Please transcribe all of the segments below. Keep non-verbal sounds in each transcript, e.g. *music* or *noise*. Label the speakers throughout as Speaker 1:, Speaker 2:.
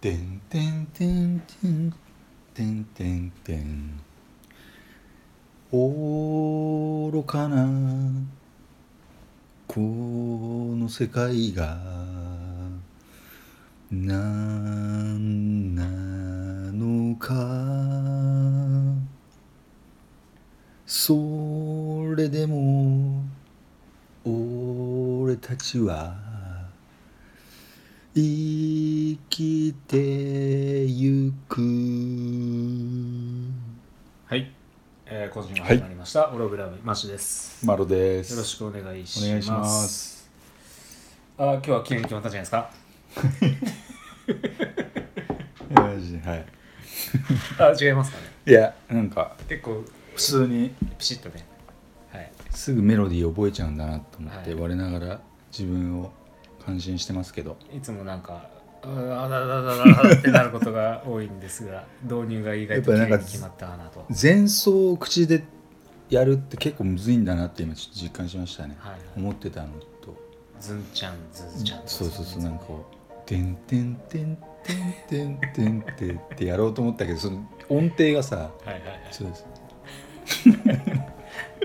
Speaker 1: てんてんてんてんてんてんてん愚かなこの世界が何なのかそれでも俺たちは生きてゆく
Speaker 2: はい、えー、今週も始まりました、オログラムマシです
Speaker 1: マロです
Speaker 2: よろしくお願いし
Speaker 1: お
Speaker 2: ます
Speaker 1: 願いします
Speaker 2: あー今日は記念日決まったじゃないですか
Speaker 1: マジではい
Speaker 2: あ違いますかね
Speaker 1: いやなんか
Speaker 2: 結構
Speaker 1: 普通に
Speaker 2: ピシッとねはい
Speaker 1: すぐメロディー覚えちゃうんだなと思って、
Speaker 2: はい
Speaker 1: 我ながら自分を感心してますけど
Speaker 2: いつもなんかあーあだだだだだってなることが多いんですが導入が意外と綺
Speaker 1: やっぱりなん
Speaker 2: 麗に
Speaker 1: か
Speaker 2: 決まったかなと
Speaker 1: 前奏を口でやるって結構むずいんだなって今ちょっと実感しましたね、
Speaker 2: はいはい
Speaker 1: 思ってたのと
Speaker 2: ズンちゃんズンちゃん
Speaker 1: そうそうそうなんかこう「てんてんてんてんてんてんてん」ってやろうと思ったけどその音程がさ
Speaker 2: はいはいはい
Speaker 1: そうです
Speaker 2: というこ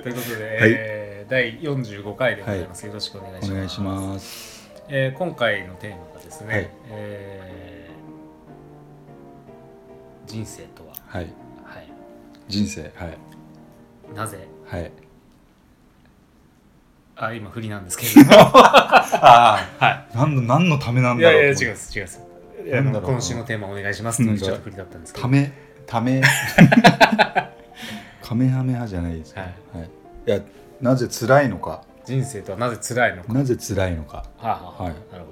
Speaker 2: と
Speaker 1: は
Speaker 2: で、
Speaker 1: い
Speaker 2: えー第45回でございます、よろしくお願いします
Speaker 1: お願いします
Speaker 2: えー今回のテーマがですね、
Speaker 1: はい
Speaker 2: えー人生とは、
Speaker 1: はい
Speaker 2: はい、
Speaker 1: 人生はい
Speaker 2: なぜ
Speaker 1: はい
Speaker 2: あ今振りなんですけれども
Speaker 1: あ
Speaker 2: は
Speaker 1: あ何の何のためないん
Speaker 2: *laughs* い
Speaker 1: だ
Speaker 2: や
Speaker 1: ろう
Speaker 2: いや
Speaker 1: と
Speaker 2: 違
Speaker 1: 思
Speaker 2: うで
Speaker 1: って
Speaker 2: す違うです
Speaker 1: な
Speaker 2: あ
Speaker 1: んだろ
Speaker 2: の
Speaker 1: うな
Speaker 2: 今週のテーマお願いしますってい
Speaker 1: な
Speaker 2: うん
Speaker 1: か
Speaker 2: ちょっと振りだったんですけど
Speaker 1: ためた
Speaker 2: *laughs*
Speaker 1: めカメハメ派じゃないですか、
Speaker 2: はい
Speaker 1: い、いやなぜ辛いのか
Speaker 2: 人生とはなぜ辛いのか
Speaker 1: なぜ辛いのか
Speaker 2: はあ、はあ
Speaker 1: はい
Speaker 2: なるほ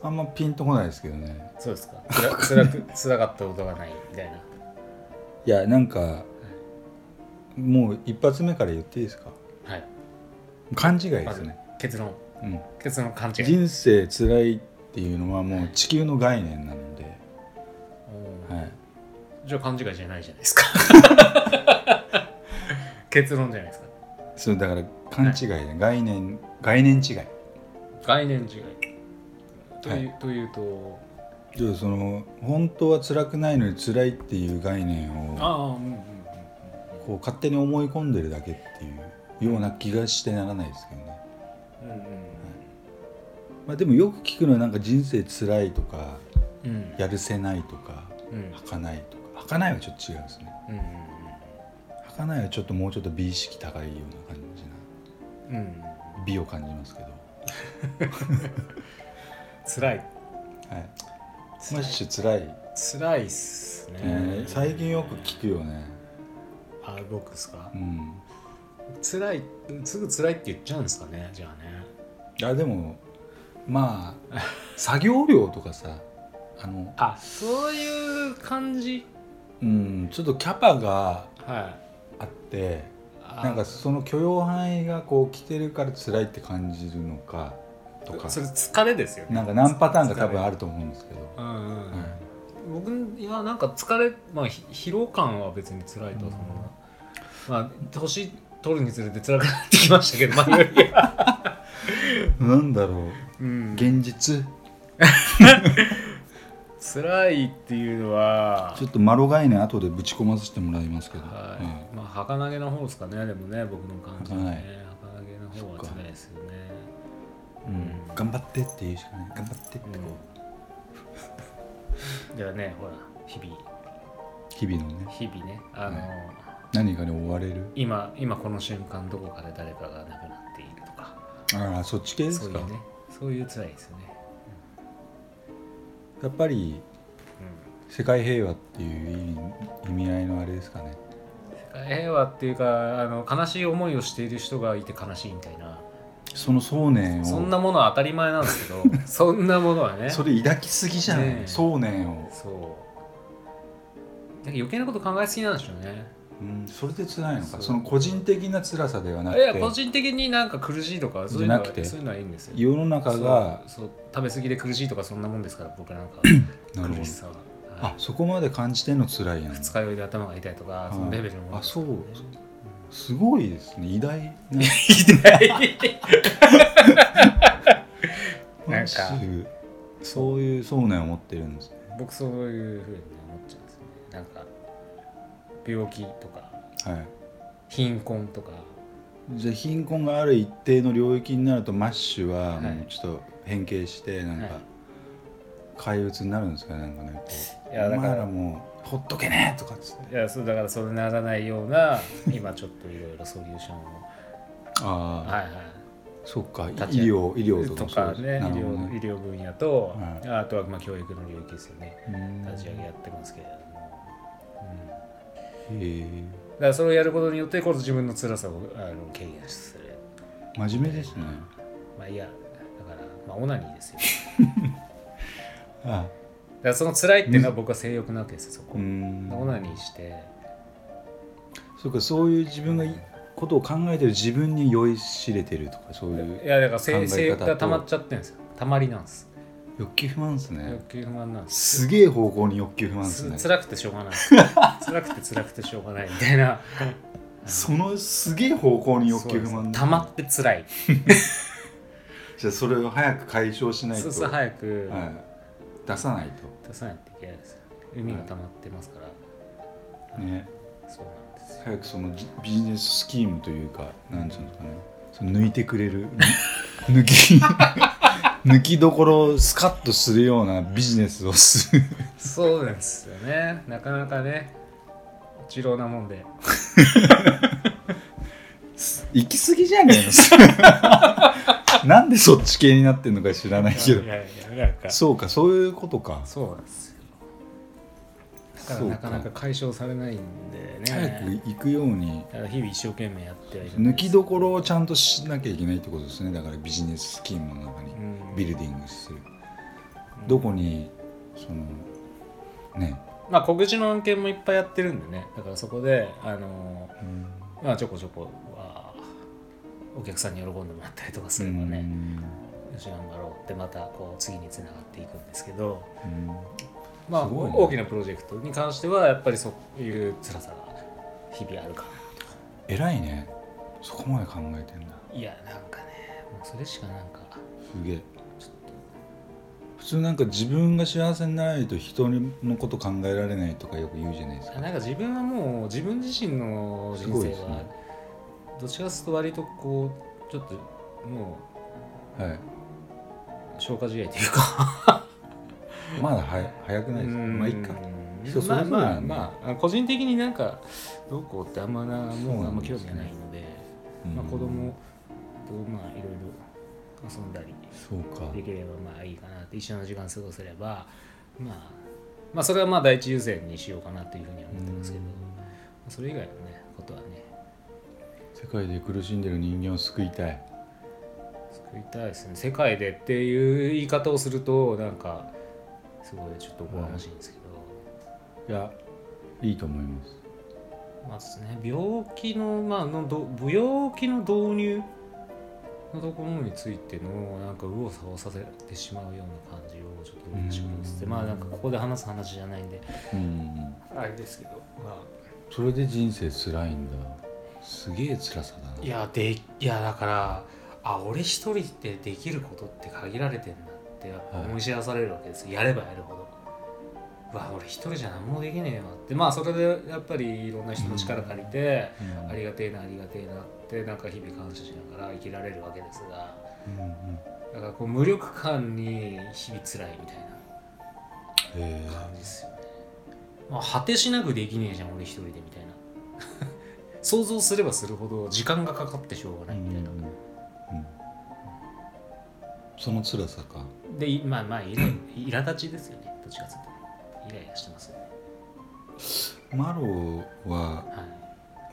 Speaker 2: ど
Speaker 1: あんまピンとこないですけどね
Speaker 2: そうですか辛 *laughs* 辛く辛かったことがないみたいない
Speaker 1: やなんかもう一発目から言っていいですか
Speaker 2: はい
Speaker 1: 勘違いですね、
Speaker 2: 結論
Speaker 1: うん、
Speaker 2: 結論勘違い
Speaker 1: 人生辛いっていうのはもう地球の概念なので、
Speaker 2: うん
Speaker 1: はい、
Speaker 2: じゃあ勘違いじゃないじゃないです *laughs* か結論じゃないですか
Speaker 1: そうだから勘違いね、概念概念違い
Speaker 2: 概念違いという,、
Speaker 1: は
Speaker 2: というと
Speaker 1: じゃあその本当は辛くないのに辛いっていう概念を
Speaker 2: ああうんうんうん
Speaker 1: こう勝手に思い込んでるだけっていうような気がしてならないですけどね、
Speaker 2: うん
Speaker 1: まあ、でもよく聞くのはなんか人生辛いとか
Speaker 2: うんうん
Speaker 1: やるせないとか
Speaker 2: うん
Speaker 1: 儚いとか儚いはちょっと違うんですね
Speaker 2: うん
Speaker 1: 儚いはちょっともうちょっと美意識高いような感じな
Speaker 2: うんうん
Speaker 1: 美を感じますけど
Speaker 2: 辛い
Speaker 1: はいマ
Speaker 2: 辛
Speaker 1: ッ
Speaker 2: い
Speaker 1: シュ辛い、
Speaker 2: 辛いっすね、
Speaker 1: えー最近よく聞くよね
Speaker 2: あ僕ですか
Speaker 1: うん
Speaker 2: 辛いすぐ辛いって言っちゃうんですかねじゃあね
Speaker 1: あでもま
Speaker 2: *laughs*
Speaker 1: あ作業量とかさあの
Speaker 2: あそういう感じ
Speaker 1: うんちょっとキャパが
Speaker 2: はい
Speaker 1: あって
Speaker 2: あ
Speaker 1: なんかその許容範囲がこう来てるから辛いって感じるのかとか
Speaker 2: それ疲れですよね
Speaker 1: なんか何パターンか多分
Speaker 2: 疲れ
Speaker 1: あると思うんですけど、
Speaker 2: うんうんうん
Speaker 1: はい
Speaker 2: 僕いやなんか疲れまあひ疲労感は別に辛いとはそんな、まあ年取るにつれて辛くなってきましたけど前よりは、
Speaker 1: なんだろ
Speaker 2: うん
Speaker 1: *laughs* う現実
Speaker 2: 辛いっていうのは
Speaker 1: ちょっとマロ概念後でぶち込ませてもらいますけど、
Speaker 2: はい、
Speaker 1: うん
Speaker 2: まあ儚げの方ですかねでもね僕の感じは
Speaker 1: はい
Speaker 2: ね儚げの方は辛いですよね
Speaker 1: うん頑張ってっていうしかない頑張ってってこう、
Speaker 2: うんだからねほら日々
Speaker 1: 日々のね
Speaker 2: 日々ねあの、
Speaker 1: は何かに追われる
Speaker 2: 今今この瞬間どこかで誰かが亡くなっているとか
Speaker 1: ああそっち系で
Speaker 2: そ
Speaker 1: す
Speaker 2: うい
Speaker 1: か
Speaker 2: うねそういう辛いですよね
Speaker 1: やっぱり世界平和っていう意味意味合いのあれですかね
Speaker 2: うん、平和っていうかあの悲しい思いをしている人がいて悲しいみたいな
Speaker 1: その想念を
Speaker 2: そんなものは当たり前なんです
Speaker 1: *laughs*
Speaker 2: けどそんなものはね
Speaker 1: それ抱きすぎじゃない、
Speaker 2: ねえ
Speaker 1: 想念を、
Speaker 2: そうなんか余計なこと考えすぎなんでしょうね
Speaker 1: うん、それで辛いのか
Speaker 2: そ
Speaker 1: そうの個人的な辛さではなく
Speaker 2: いや個
Speaker 1: て
Speaker 2: 人的になんか苦しいとかそういうのは
Speaker 1: じゃなくて
Speaker 2: そういうのはいいんですよ
Speaker 1: 世の中が
Speaker 2: そうそう食べ過ぎで苦しいとかそんなもんですから僕なんか
Speaker 1: *laughs* なるほ
Speaker 2: 苦
Speaker 1: ど
Speaker 2: しさは、は
Speaker 1: あ
Speaker 2: い、
Speaker 1: そこまで感じてんの辛いやん
Speaker 2: 二日酔いで頭が痛いとか、
Speaker 1: はい
Speaker 2: そのレベルのもの
Speaker 1: あそう
Speaker 2: *laughs*
Speaker 1: すごいですね偉大な
Speaker 2: 痛いなんか
Speaker 1: マッシュそういうそうねんを持ってるんですね
Speaker 2: 僕そういうふうに思っちゃうんですねなんか病気とか
Speaker 1: はい
Speaker 2: 貧困とか
Speaker 1: じゃあ貧困がある一定の領域になるとマッシュはも
Speaker 2: は
Speaker 1: う
Speaker 2: い
Speaker 1: ちょっと変形してなんか、
Speaker 2: はい
Speaker 1: 怪物になるんですかねなんかねこう
Speaker 2: いやだか
Speaker 1: お
Speaker 2: ら
Speaker 1: 前らもうほっとけねとかっつって
Speaker 2: いやそうだからそれならないよう
Speaker 1: *laughs*
Speaker 2: な今ちょっといろいろソリューションを
Speaker 1: ああ、
Speaker 2: はいはい
Speaker 1: そっか医
Speaker 2: 立ち
Speaker 1: 療医療とか
Speaker 2: と
Speaker 1: もそう
Speaker 2: か
Speaker 1: です
Speaker 2: ね医
Speaker 1: なるほど
Speaker 2: 療医
Speaker 1: ね
Speaker 2: 療分野と、
Speaker 1: はい
Speaker 2: あとはまあ教育の領域ですよね
Speaker 1: うん
Speaker 2: 立ち上げやってますけれども、うん、だ
Speaker 1: へ
Speaker 2: からそれをやることによって今度自分の辛さをあの軽減する
Speaker 1: え真面目ですね
Speaker 2: まあいやだからまあオナニーですよ
Speaker 1: あ
Speaker 2: だからその辛いっていうのは僕は性欲なわけですよそこ、
Speaker 1: うん
Speaker 2: オナニーして
Speaker 1: そうかそういう自分がいことを考えてる自分に酔いしれてるとかそういう
Speaker 2: いやだから
Speaker 1: 考え方
Speaker 2: 性
Speaker 1: と
Speaker 2: 性欲が溜まっちゃってるんですよ溜まりなんです
Speaker 1: 欲求不満ですね
Speaker 2: 欲求不満なんです
Speaker 1: すげえ方向に欲求不満です
Speaker 2: つ
Speaker 1: ね
Speaker 2: 辛くてしょ
Speaker 1: *laughs*
Speaker 2: うがない辛くて辛くてしょうがないみたいな
Speaker 1: そのすげえ方向に欲求不満
Speaker 2: たまって辛い
Speaker 1: じゃあそれを早く解消しない
Speaker 2: そ
Speaker 1: と
Speaker 2: うそう早く
Speaker 1: はい出さないと
Speaker 2: 出さないといけないですよ海が溜まってますから、
Speaker 1: ね
Speaker 2: そうなんですよ
Speaker 1: 早くそのビビジネススキームというかなんていうんですかねその抜いてくれる *laughs* 抜き *laughs* 抜きどころをスカッとするようなビジネスをする
Speaker 2: そうなんですよねなかなかね一郎なもんで
Speaker 1: 行き過ぎじゃねえの
Speaker 2: *laughs*
Speaker 1: なんでそっち系になってんのか知らないけど
Speaker 2: いやいやなんか
Speaker 1: そうかそういうことか
Speaker 2: そうなんですよだから
Speaker 1: そうか
Speaker 2: なかなか解消されないんでね
Speaker 1: 早く行くように
Speaker 2: だから日々一生懸命やってはいるん
Speaker 1: 抜
Speaker 2: です
Speaker 1: きどころをちゃんとしなきゃいけないってことですねだからビジネススキームの中に
Speaker 2: うん
Speaker 1: ビルディングするどこにそのね
Speaker 2: まあ小口の案件もいっぱいやってるんでねだからそこであのまあちょこちょこはお客さんに喜んでもらったりとかすればね、よし頑張ろうってまたこう次につながっていくんですけど
Speaker 1: うん
Speaker 2: まあ、
Speaker 1: すごいね
Speaker 2: 大きなプロジェクトに関してはやっぱりそういう辛さが日々あるか
Speaker 1: 偉いねそこまで考えてんだ
Speaker 2: らいやなんかねもうそれしかなんか
Speaker 1: すげえ普通なんか自分が幸せにならないと人のこと考えられないとかよく言うじゃないですか
Speaker 2: なんか自分はもう自分自身の人
Speaker 1: すごい
Speaker 2: 生
Speaker 1: ですね
Speaker 2: はどっちかというと割とこうちょっとも
Speaker 1: はい、
Speaker 2: う消化試合というか
Speaker 1: まだはや早くないですかまあいいか人そ
Speaker 2: ま
Speaker 1: れ
Speaker 2: あ
Speaker 1: ぞれ
Speaker 2: ま
Speaker 1: な
Speaker 2: あ
Speaker 1: んで
Speaker 2: まあ個人的になんかどうこうってあんまなもうあんま興味がないので、
Speaker 1: うん
Speaker 2: まあ、子供とまあいろいろ遊んだり
Speaker 1: そうか
Speaker 2: できればまあいいかなって一緒の時間過ごせればまあまあそれはまあ第一優先にしようかなというふうには思ってますけど、それ以外のねことはね
Speaker 1: 世界で苦しんでる人間を救いたい
Speaker 2: 作りたいですね世界でっていう言い方をするとなんかすごいちょっとおこがましいんですけ
Speaker 1: い
Speaker 2: ど、
Speaker 1: やいいと思います
Speaker 2: まあですね、病気の,、まあ、のど病気の導入のところについてのなんか右往左往させてしまうような感じをちょっとします
Speaker 1: うん
Speaker 2: まあなんかここで話す話じゃないんで
Speaker 1: うん
Speaker 2: あれですけど、ま
Speaker 1: それで人生辛いんだすげえ辛さだ
Speaker 2: あ、
Speaker 1: ない
Speaker 2: やでいやだからあ俺一人でできることって限られてんだってやっぱ思い知らされるわけですよ、やればやるほど。うわ俺一人じゃ何もできねえよってまあそれでやっぱりいろんな人の力借りて、
Speaker 1: うん
Speaker 2: ありがてえなありがてえなってなんか日々感謝しながら生きられるわけですが
Speaker 1: うんうん
Speaker 2: だからこう無力感に日々辛いみたい
Speaker 1: え
Speaker 2: な感じですよね、まあ、果てしなくできねえじゃん俺一人でみたいな *laughs* 想像すればするほど時間がかかってしょうが
Speaker 1: ーう
Speaker 2: ない
Speaker 1: ん
Speaker 2: みたいな、
Speaker 1: うんその辛さか
Speaker 2: でいまあまあいら苛立ちですよねどっちかっていうとイライラしてますよね
Speaker 1: マロは
Speaker 2: は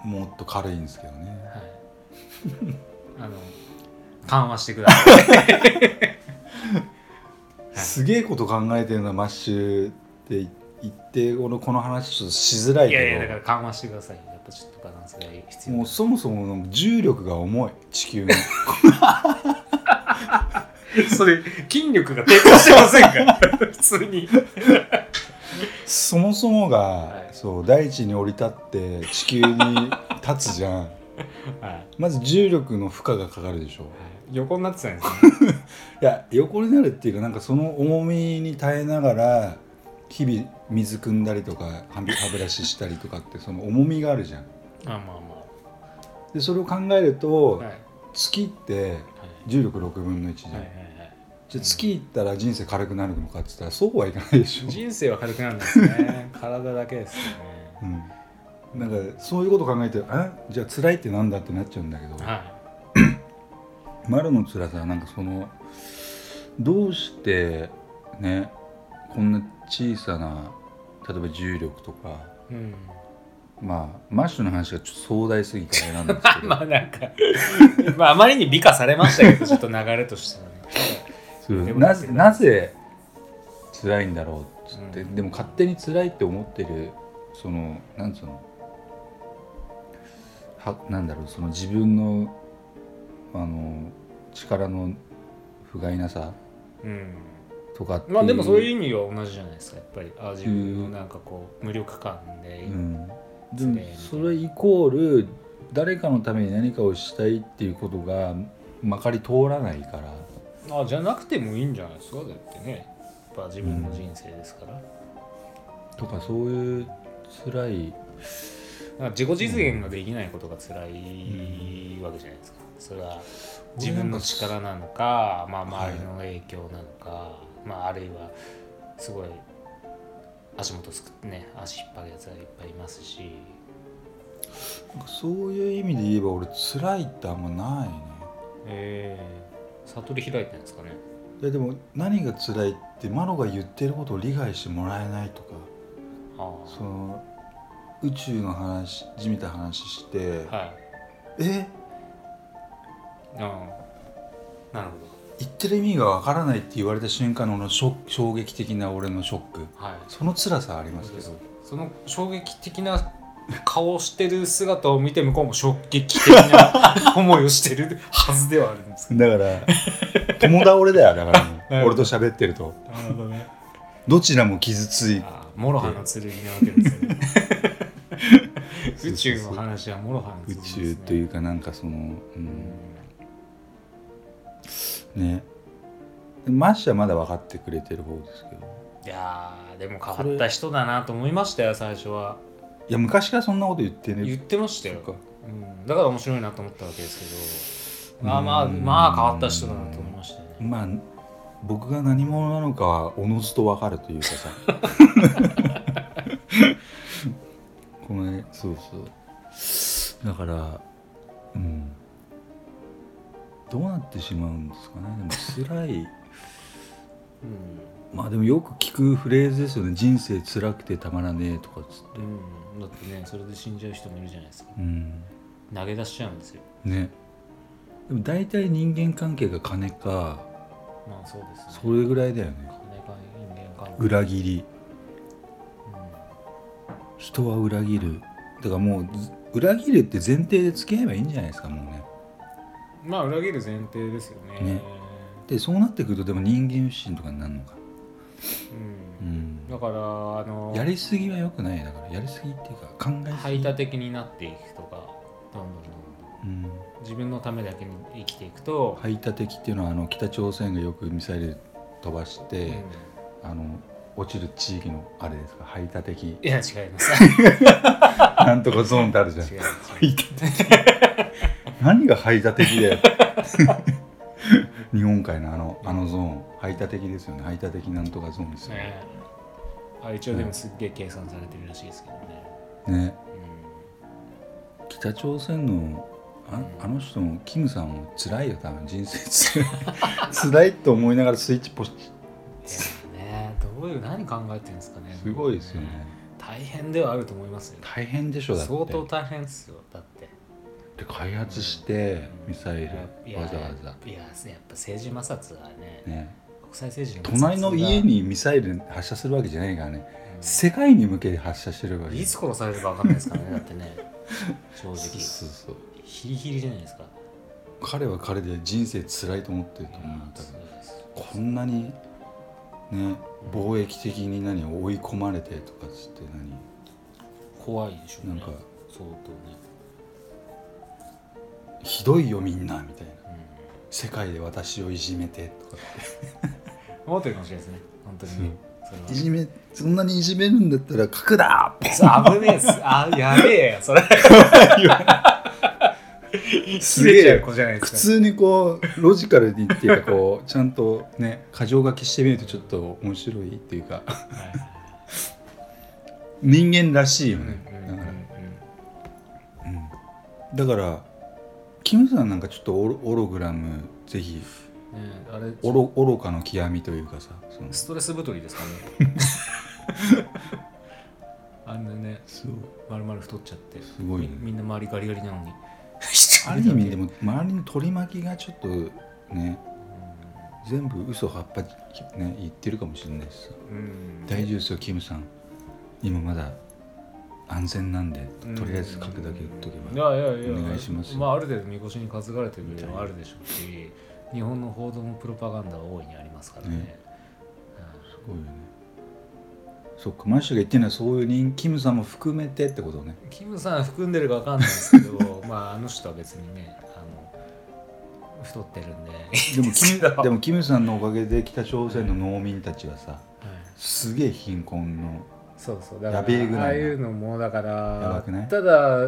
Speaker 2: い
Speaker 1: もっと軽いんですけどね
Speaker 2: *laughs* はいあの緩和してくださいい
Speaker 1: すげえこと考えてるなマッシュって言って俺この話ちょっとしづらい
Speaker 2: い
Speaker 1: けど
Speaker 2: やいやだから緩和してくださいやっぱちょっとバランスが必要
Speaker 1: もうそもそもの重力が重い地
Speaker 2: *laughs*
Speaker 1: 球の
Speaker 2: それ筋力が低下してませんか *laughs* 普通に
Speaker 1: そもそもが、
Speaker 2: はい
Speaker 1: そう大地に降り立って地球に立つじゃん
Speaker 2: はい
Speaker 1: まず重力の負荷がかかるでしょ
Speaker 2: 横になってたんです
Speaker 1: いや横になるっていうかなんかその重みに耐えながら日々水汲んだりとか歯歯ブラシしたりとかってその重みがあるじゃん
Speaker 2: ねあまあま
Speaker 1: でそれを考えると、
Speaker 2: あはいはい
Speaker 1: 月って重力6分の1じゃん、
Speaker 2: はいはいはい
Speaker 1: じゃあ月行ったら人生軽くなるのかって言ったらそうはいかないでしょ、
Speaker 2: 人生は軽くなるんですね体だけですよね
Speaker 1: うん、なんかそういうこと考えてあじゃあ辛いってなんだってなっちゃうんだけど、
Speaker 2: は
Speaker 1: 丸の辛さはなんかそのどうしてねこんな小さな例えば重力とか
Speaker 2: い、うん、
Speaker 1: まあマッシュの話がちょっと壮大すぎてあれなんですけ
Speaker 2: *laughs*
Speaker 1: ど
Speaker 2: *laughs* まあなんかまああまりに美化されました *laughs* けどちょっと流れとしてはね
Speaker 1: そう
Speaker 2: でも
Speaker 1: なぜなぜ辛いんだろうっつって、
Speaker 2: うん
Speaker 1: でも勝手に辛いって思ってるそのなんつうのはなんだろうその自分のあの力の不甲斐なさ
Speaker 2: うん
Speaker 1: とかっていう
Speaker 2: まあでもそういう意味は同じじゃないですかやっぱりあ自分のなんかこう無力感で、
Speaker 1: うん、で
Speaker 2: つ
Speaker 1: も
Speaker 2: れー
Speaker 1: それイコール誰かのために何かをしたいっていうことがまかり通らないから
Speaker 2: あじゃなくてもいいんじゃないですかだってねやっぱ自分の人生ですから、
Speaker 1: とかそういう辛い
Speaker 2: なんか自己実現ができないことが辛いわけじゃないですか、それは自分の力なのか、まあ、
Speaker 1: はい
Speaker 2: 周りの影響なのか、まあ、あるいはすごい足元すくってね足引っ張るやつがいっぱいいますし
Speaker 1: なんかそういう意味で言えば俺辛いってあんまないね
Speaker 2: えー、悟り開いてるんですかね
Speaker 1: いやでも何が辛いってマロが言ってることを理解してもらえないとか
Speaker 2: あ
Speaker 1: その宇宙の話じみた話して
Speaker 2: あはい
Speaker 1: え
Speaker 2: ああなるほ
Speaker 1: 言ってる意味がわからないって言われた瞬間のあのショック衝撃的な俺のショック
Speaker 2: どはい
Speaker 1: その辛さはあります
Speaker 2: そう
Speaker 1: け
Speaker 2: です
Speaker 1: ど
Speaker 2: その衝撃的な顔をしてる姿を見て向こうも衝撃的な思いをしてるはずではあるんです
Speaker 1: だから *laughs* 友倒れだよだからもう *laughs*
Speaker 2: なるほ
Speaker 1: 俺
Speaker 2: ど
Speaker 1: と喋ってると
Speaker 2: なるほどね
Speaker 1: どちらも傷つい
Speaker 2: ああ、モロハの剣なわけで
Speaker 1: *laughs*
Speaker 2: すね。宇宙の話はモロハの
Speaker 1: 宇
Speaker 2: 剣です、ね。
Speaker 1: 宙というかなんかその、う
Speaker 2: うん
Speaker 1: ん、ねマッシャはまだ分かってくれてる方ですけど
Speaker 2: いやーでも変わった人だなと思いましたよ最初はい
Speaker 1: や昔からそんなこと言ってね
Speaker 2: 言ってましたよ
Speaker 1: そっ、か
Speaker 2: うん、だから面白いなと思ったわけですけどまあまあ
Speaker 1: うん
Speaker 2: まあ変わった人だなと思いましたよね
Speaker 1: まあ僕が何者なのかはおのずと分かるというかさ *laughs* このねそうそうだからうんどうなってしまうんですかねでも辛い *laughs* まあでもよく聞くフレーズですよね人生辛くてたまらねえとかっつって
Speaker 2: うん、うん、だってねそれで死んじゃう人もいるじゃないですか
Speaker 1: うん
Speaker 2: 投げ出しちゃうんですよ
Speaker 1: ねでも大体人間関係が金か
Speaker 2: まあそうですね
Speaker 1: それぐらいだよね
Speaker 2: 金か人間関係
Speaker 1: 裏切り人は裏切るだからもうず裏切るって前提で付き合えばいいんじゃないですかもうね
Speaker 2: うん、まあ裏切る前提ですよね
Speaker 1: ねでそうなってくるとでも人間不信とかになるのか
Speaker 2: うん
Speaker 1: うん
Speaker 2: だからあの
Speaker 1: やりすぎは良くないだからやりすぎっていうか考えすぎ
Speaker 2: 排他的になっていくとかどんどんどん
Speaker 1: うん
Speaker 2: どん自分のためだけに生きていくと、
Speaker 1: 排他的っていうのはあの北朝鮮がよくミサイル飛ばし
Speaker 2: うん
Speaker 1: て、あの落ちる地域のあれですか排他的
Speaker 2: いや違います
Speaker 1: *laughs* なんとかゾーンってあるじゃん
Speaker 2: 違います
Speaker 1: 排他的 *laughs* 何が排他的だよ *laughs* 日本海のあのあのゾーン排他的ですよね排他的なんとかゾーンですよね
Speaker 2: ねあ一応でもすっげえ計算されてるらしいですけどね、
Speaker 1: ね
Speaker 2: う
Speaker 1: 北朝鮮のああの人もキムさんも辛いよ多分人生辛い辛い *laughs* と思いながらスイッチポチ
Speaker 2: ん、いやねどういう何考えてるんですかね
Speaker 1: すごいですよね
Speaker 2: 大変ではあると思いますよ
Speaker 1: 大変でしょだって
Speaker 2: 相当大変ですよだって
Speaker 1: で開発してミサイル
Speaker 2: いや
Speaker 1: わざわざ
Speaker 2: いややっぱ政治摩擦はね
Speaker 1: ね
Speaker 2: 国際政治の摩
Speaker 1: 隣
Speaker 2: 擦
Speaker 1: の
Speaker 2: が
Speaker 1: 家にミサイル発射するわけじゃないからね
Speaker 2: うん
Speaker 1: 世界に向けて発射してるわけ
Speaker 2: いつ殺されるか分かんないですからねだってね *laughs* 正直
Speaker 1: そうそうそう
Speaker 2: ヒリヒリじゃないですか
Speaker 1: 彼は彼で人生辛いと思ってると思う多分こんなにね貿易的に何追い込まれてとかっつって
Speaker 2: 怖いでしょう
Speaker 1: 何
Speaker 2: ね
Speaker 1: なんか
Speaker 2: 相当ね
Speaker 1: ひどいよみんなみたいな
Speaker 2: うん
Speaker 1: 世界で私をいじめてとか
Speaker 2: 思ってるかもしれないですね本当にね
Speaker 1: い
Speaker 2: それ
Speaker 1: じめそんなにいじめるんだったら核だ
Speaker 2: はそう危ねえっすあやべえよそれ
Speaker 1: *laughs* すげえ
Speaker 2: 切れちゃう子じゃないで
Speaker 1: 普
Speaker 2: すか
Speaker 1: 通にこうロジカルにっていうかこ *laughs* うちゃんとね箇条書きしてみるとちょっと面白いっていうか *laughs* 人間らしいよ
Speaker 2: うんうん
Speaker 1: ね
Speaker 2: う
Speaker 1: だ
Speaker 2: ん
Speaker 1: からだか
Speaker 2: うん
Speaker 1: らキムさんなんかちょっとオロオログラムぜひ
Speaker 2: ねあれ
Speaker 1: オロ愚かの極みというかさその
Speaker 2: ストレス太りですか
Speaker 1: *laughs*
Speaker 2: ねあんなね
Speaker 1: そう
Speaker 2: 丸々太っちゃって
Speaker 1: すごいね
Speaker 2: みみんな周りガリガリなの
Speaker 1: *laughs*
Speaker 2: に
Speaker 1: ある意味でも周りの取り巻きがちょっとね全部嘘葉っぱね言ってるかもしれないしさ
Speaker 2: うん
Speaker 1: 大丈夫ですよキムさん今まだ安全なんでとりあえず書くだけ言っとけば
Speaker 2: いやいやいや
Speaker 1: お願いしますよ
Speaker 2: まあ、ある程度みこしに担がれてる部分はあるでしょうし日本の報道もプロパガンダは大いにありますからね
Speaker 1: ねすごいよねそっかマッシュが言ってるのはそういう人キムさんも含めてってことね
Speaker 2: うんキムさん含んでるかわかんないです
Speaker 1: *laughs*
Speaker 2: けどまああの人は別にねあの太ってるんで
Speaker 1: でも
Speaker 2: キ
Speaker 1: *laughs* キ
Speaker 2: ムだ
Speaker 1: ムでもキムさんのおかげで北朝鮮の農民たちはさ
Speaker 2: はい
Speaker 1: すげえ貧困の
Speaker 2: *laughs* そうそうだから
Speaker 1: やべえぐらいな
Speaker 2: ああいうのもだから
Speaker 1: やばくない
Speaker 2: ただ、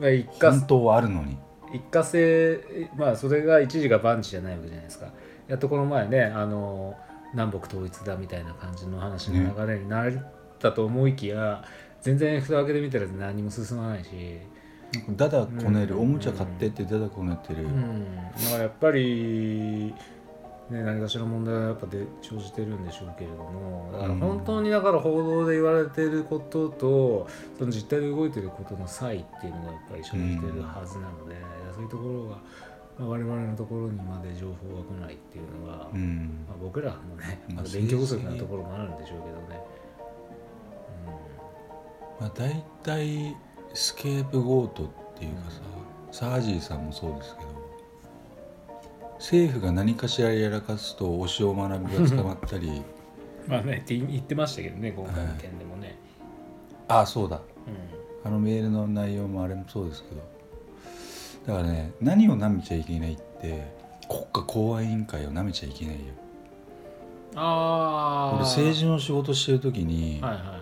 Speaker 2: まあ、一過
Speaker 1: 本当はあるのに
Speaker 2: 一過性まあそれが一時が万事じゃないわけじゃないですかやっとこの前ねあの南北統一だみたいな感じの話の流れになったと思いきや、全然蓋を開けてみたら何も進まないし、
Speaker 1: だだこねる
Speaker 2: うん
Speaker 1: おもちゃ買ってってだだこねてる、
Speaker 2: うん、だからやっぱり、ね、何かしら問題はやっぱで生じてるんでしょうけれどもだから本当にだから報道で言われてることとその実態で動いてることの差異っていうのがやっぱり生じてるはずなので、そういうところが、まあ、我々のところにまで情報が来ないっていうのは、
Speaker 1: う
Speaker 2: ま
Speaker 1: ん
Speaker 2: あ、僕らのね、
Speaker 1: まあ
Speaker 2: まだ勉強不足なところもあるんでしょうけどね。
Speaker 1: まあ、大体スケープゴートっていうかさ、サージーさんもそうですけど政府が何かしらやらかすと押尾学びが捕まったり
Speaker 2: うんまあね、って言ってましたけどね、今回の件でもね。
Speaker 1: ああそうだ
Speaker 2: う
Speaker 1: あ
Speaker 2: ん
Speaker 1: のメールの内容もあれもそうですけどだからね何をなめちゃいけないって国家公安委員会をなめちゃいけないよ
Speaker 2: ああ。
Speaker 1: 俺政治の仕事してる時に、
Speaker 2: はいはいはい。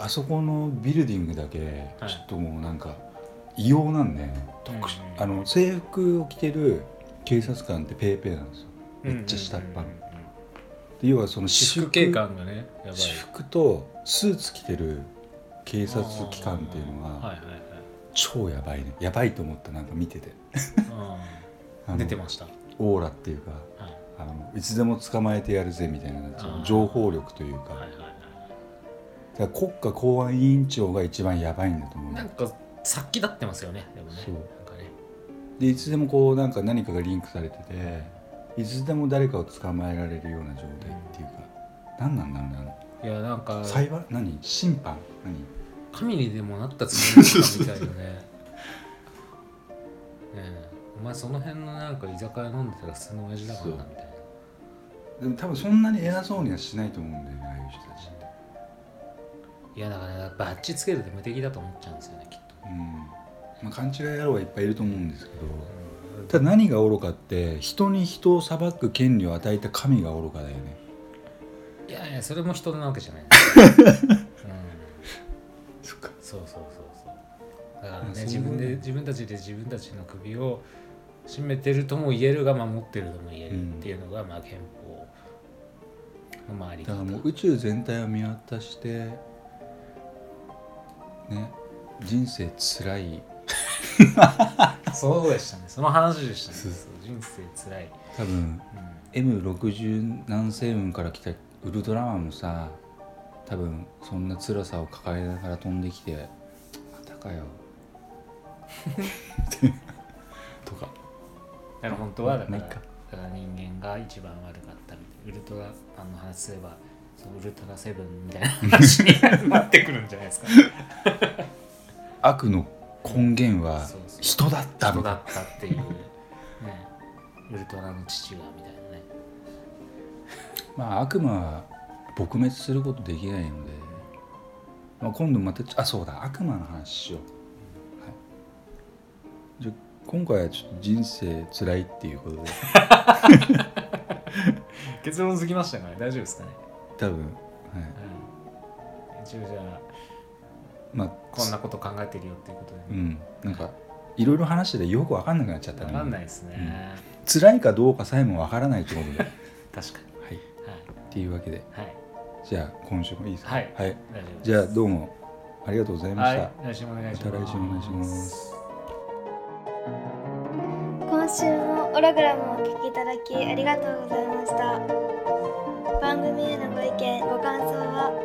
Speaker 1: あそこのビルディングだけ
Speaker 2: はい
Speaker 1: ちょっともうなんか異様なんだよね、
Speaker 2: うんうん
Speaker 1: 特殊あの制服を着てる警察官ってペーペーなんですよめっちゃ下っ端の
Speaker 2: うんうんうんうん
Speaker 1: で要はその
Speaker 2: 私
Speaker 1: 私
Speaker 2: 服
Speaker 1: 服
Speaker 2: 警官がねやばい
Speaker 1: 私服とスーツ着てる警察機関っていうの
Speaker 2: あ
Speaker 1: は
Speaker 2: ーはいはいはい
Speaker 1: 超やばいねやばいと思ったなんか見ててあ
Speaker 2: うん
Speaker 1: の
Speaker 2: 出てました、は
Speaker 1: オーラっていうか
Speaker 2: い、
Speaker 1: あのいつでも捕まえてやるぜみたいなそ
Speaker 2: あ
Speaker 1: の
Speaker 2: ー
Speaker 1: 情報力という
Speaker 2: はいは
Speaker 1: か
Speaker 2: いは
Speaker 1: だから国家公安委員長が一番やばいんだと思う
Speaker 2: いなんか殺気立ってますよねでもね
Speaker 1: そう
Speaker 2: なんかね
Speaker 1: でいつでもこうなんか何かがリンクされてていつでも誰かを捕まえられるような状態っていうか、何なんだろうね
Speaker 2: いやなん
Speaker 1: あ
Speaker 2: か
Speaker 1: の裁判何審判何
Speaker 2: 神にでもなったつもり
Speaker 1: *laughs*
Speaker 2: だったみたいなねねえお前その辺のなんか居酒屋飲んでたら普通の親父だからなみたいな
Speaker 1: でも多分そんなに偉そうにはしないと思うんだよねああいう人たちって、
Speaker 2: いやだから、ね、バッチつけると無敵だと思っちゃうんですよねきっと、
Speaker 1: うんまあ、勘違い野郎はいっぱいいると思うんですけど
Speaker 2: うん
Speaker 1: ただ何が愚かって人に人を裁く権利を与えた神が愚かだよね
Speaker 2: いやいやそれも人なわけじゃな
Speaker 1: *laughs*
Speaker 2: い、うん、
Speaker 1: そっか
Speaker 2: そうそうそうそうだから
Speaker 1: あそう
Speaker 2: ね自分で自分たちで自分たちの首を絞めてるとも言えるが守ってるとも言えるっていうのが、まあ憲法のまああり
Speaker 1: だ
Speaker 2: 方
Speaker 1: からもう宇宙全体を見渡してね人生つらい
Speaker 2: そうでしたねその話でしたね
Speaker 1: そう
Speaker 2: そう人生つらい、
Speaker 1: 多分
Speaker 2: うん
Speaker 1: M60 何星雲から来たウルトラマンもさ多分そんな辛さを抱えながら飛んできて「またか
Speaker 2: *laughs*
Speaker 1: よ」とか
Speaker 2: だから本当はだから
Speaker 1: まあいいか
Speaker 2: だから人間が一番悪かったみたいなウルトラあの話すればそのウルトラセブン
Speaker 1: *laughs*
Speaker 2: みたいな話になってくるんじゃないですか
Speaker 1: 悪の根源は
Speaker 2: そうそう
Speaker 1: 人だった
Speaker 2: 人
Speaker 1: みたい
Speaker 2: だ
Speaker 1: な
Speaker 2: ったっていう、ね、ウルトラの父はみたいなね
Speaker 1: まあ悪魔は撲滅することできないので、まあ、今度またあそうだ悪魔の話しよう、はい、じゃあ今回はちょっと人生つらいっていうことで
Speaker 2: 結論つきましたからね大丈夫ですかね、
Speaker 1: 多分、はい、
Speaker 2: はい、一応じゃあ
Speaker 1: まあ
Speaker 2: こんなこと考えてるよっていうこと
Speaker 1: う
Speaker 2: で、
Speaker 1: んなんかいろいろ話しててよく分かんなくなっちゃった
Speaker 2: 分かんないですね、
Speaker 1: 辛いかどうかさえも分からないって
Speaker 2: *laughs*
Speaker 1: ことで、はい、
Speaker 2: 確かに
Speaker 1: っていうわけで
Speaker 2: はい、はい、
Speaker 1: じゃあ今週もいいですか
Speaker 2: はい
Speaker 1: はい、
Speaker 2: 大丈夫です
Speaker 1: じゃあどうもありがとうございました、
Speaker 2: はい、来週もお願いし
Speaker 1: ま
Speaker 2: ます
Speaker 1: た来週お願いします
Speaker 3: 今週もオログラムをお聞きいただきありがとうございました番組へのご意見ご感想は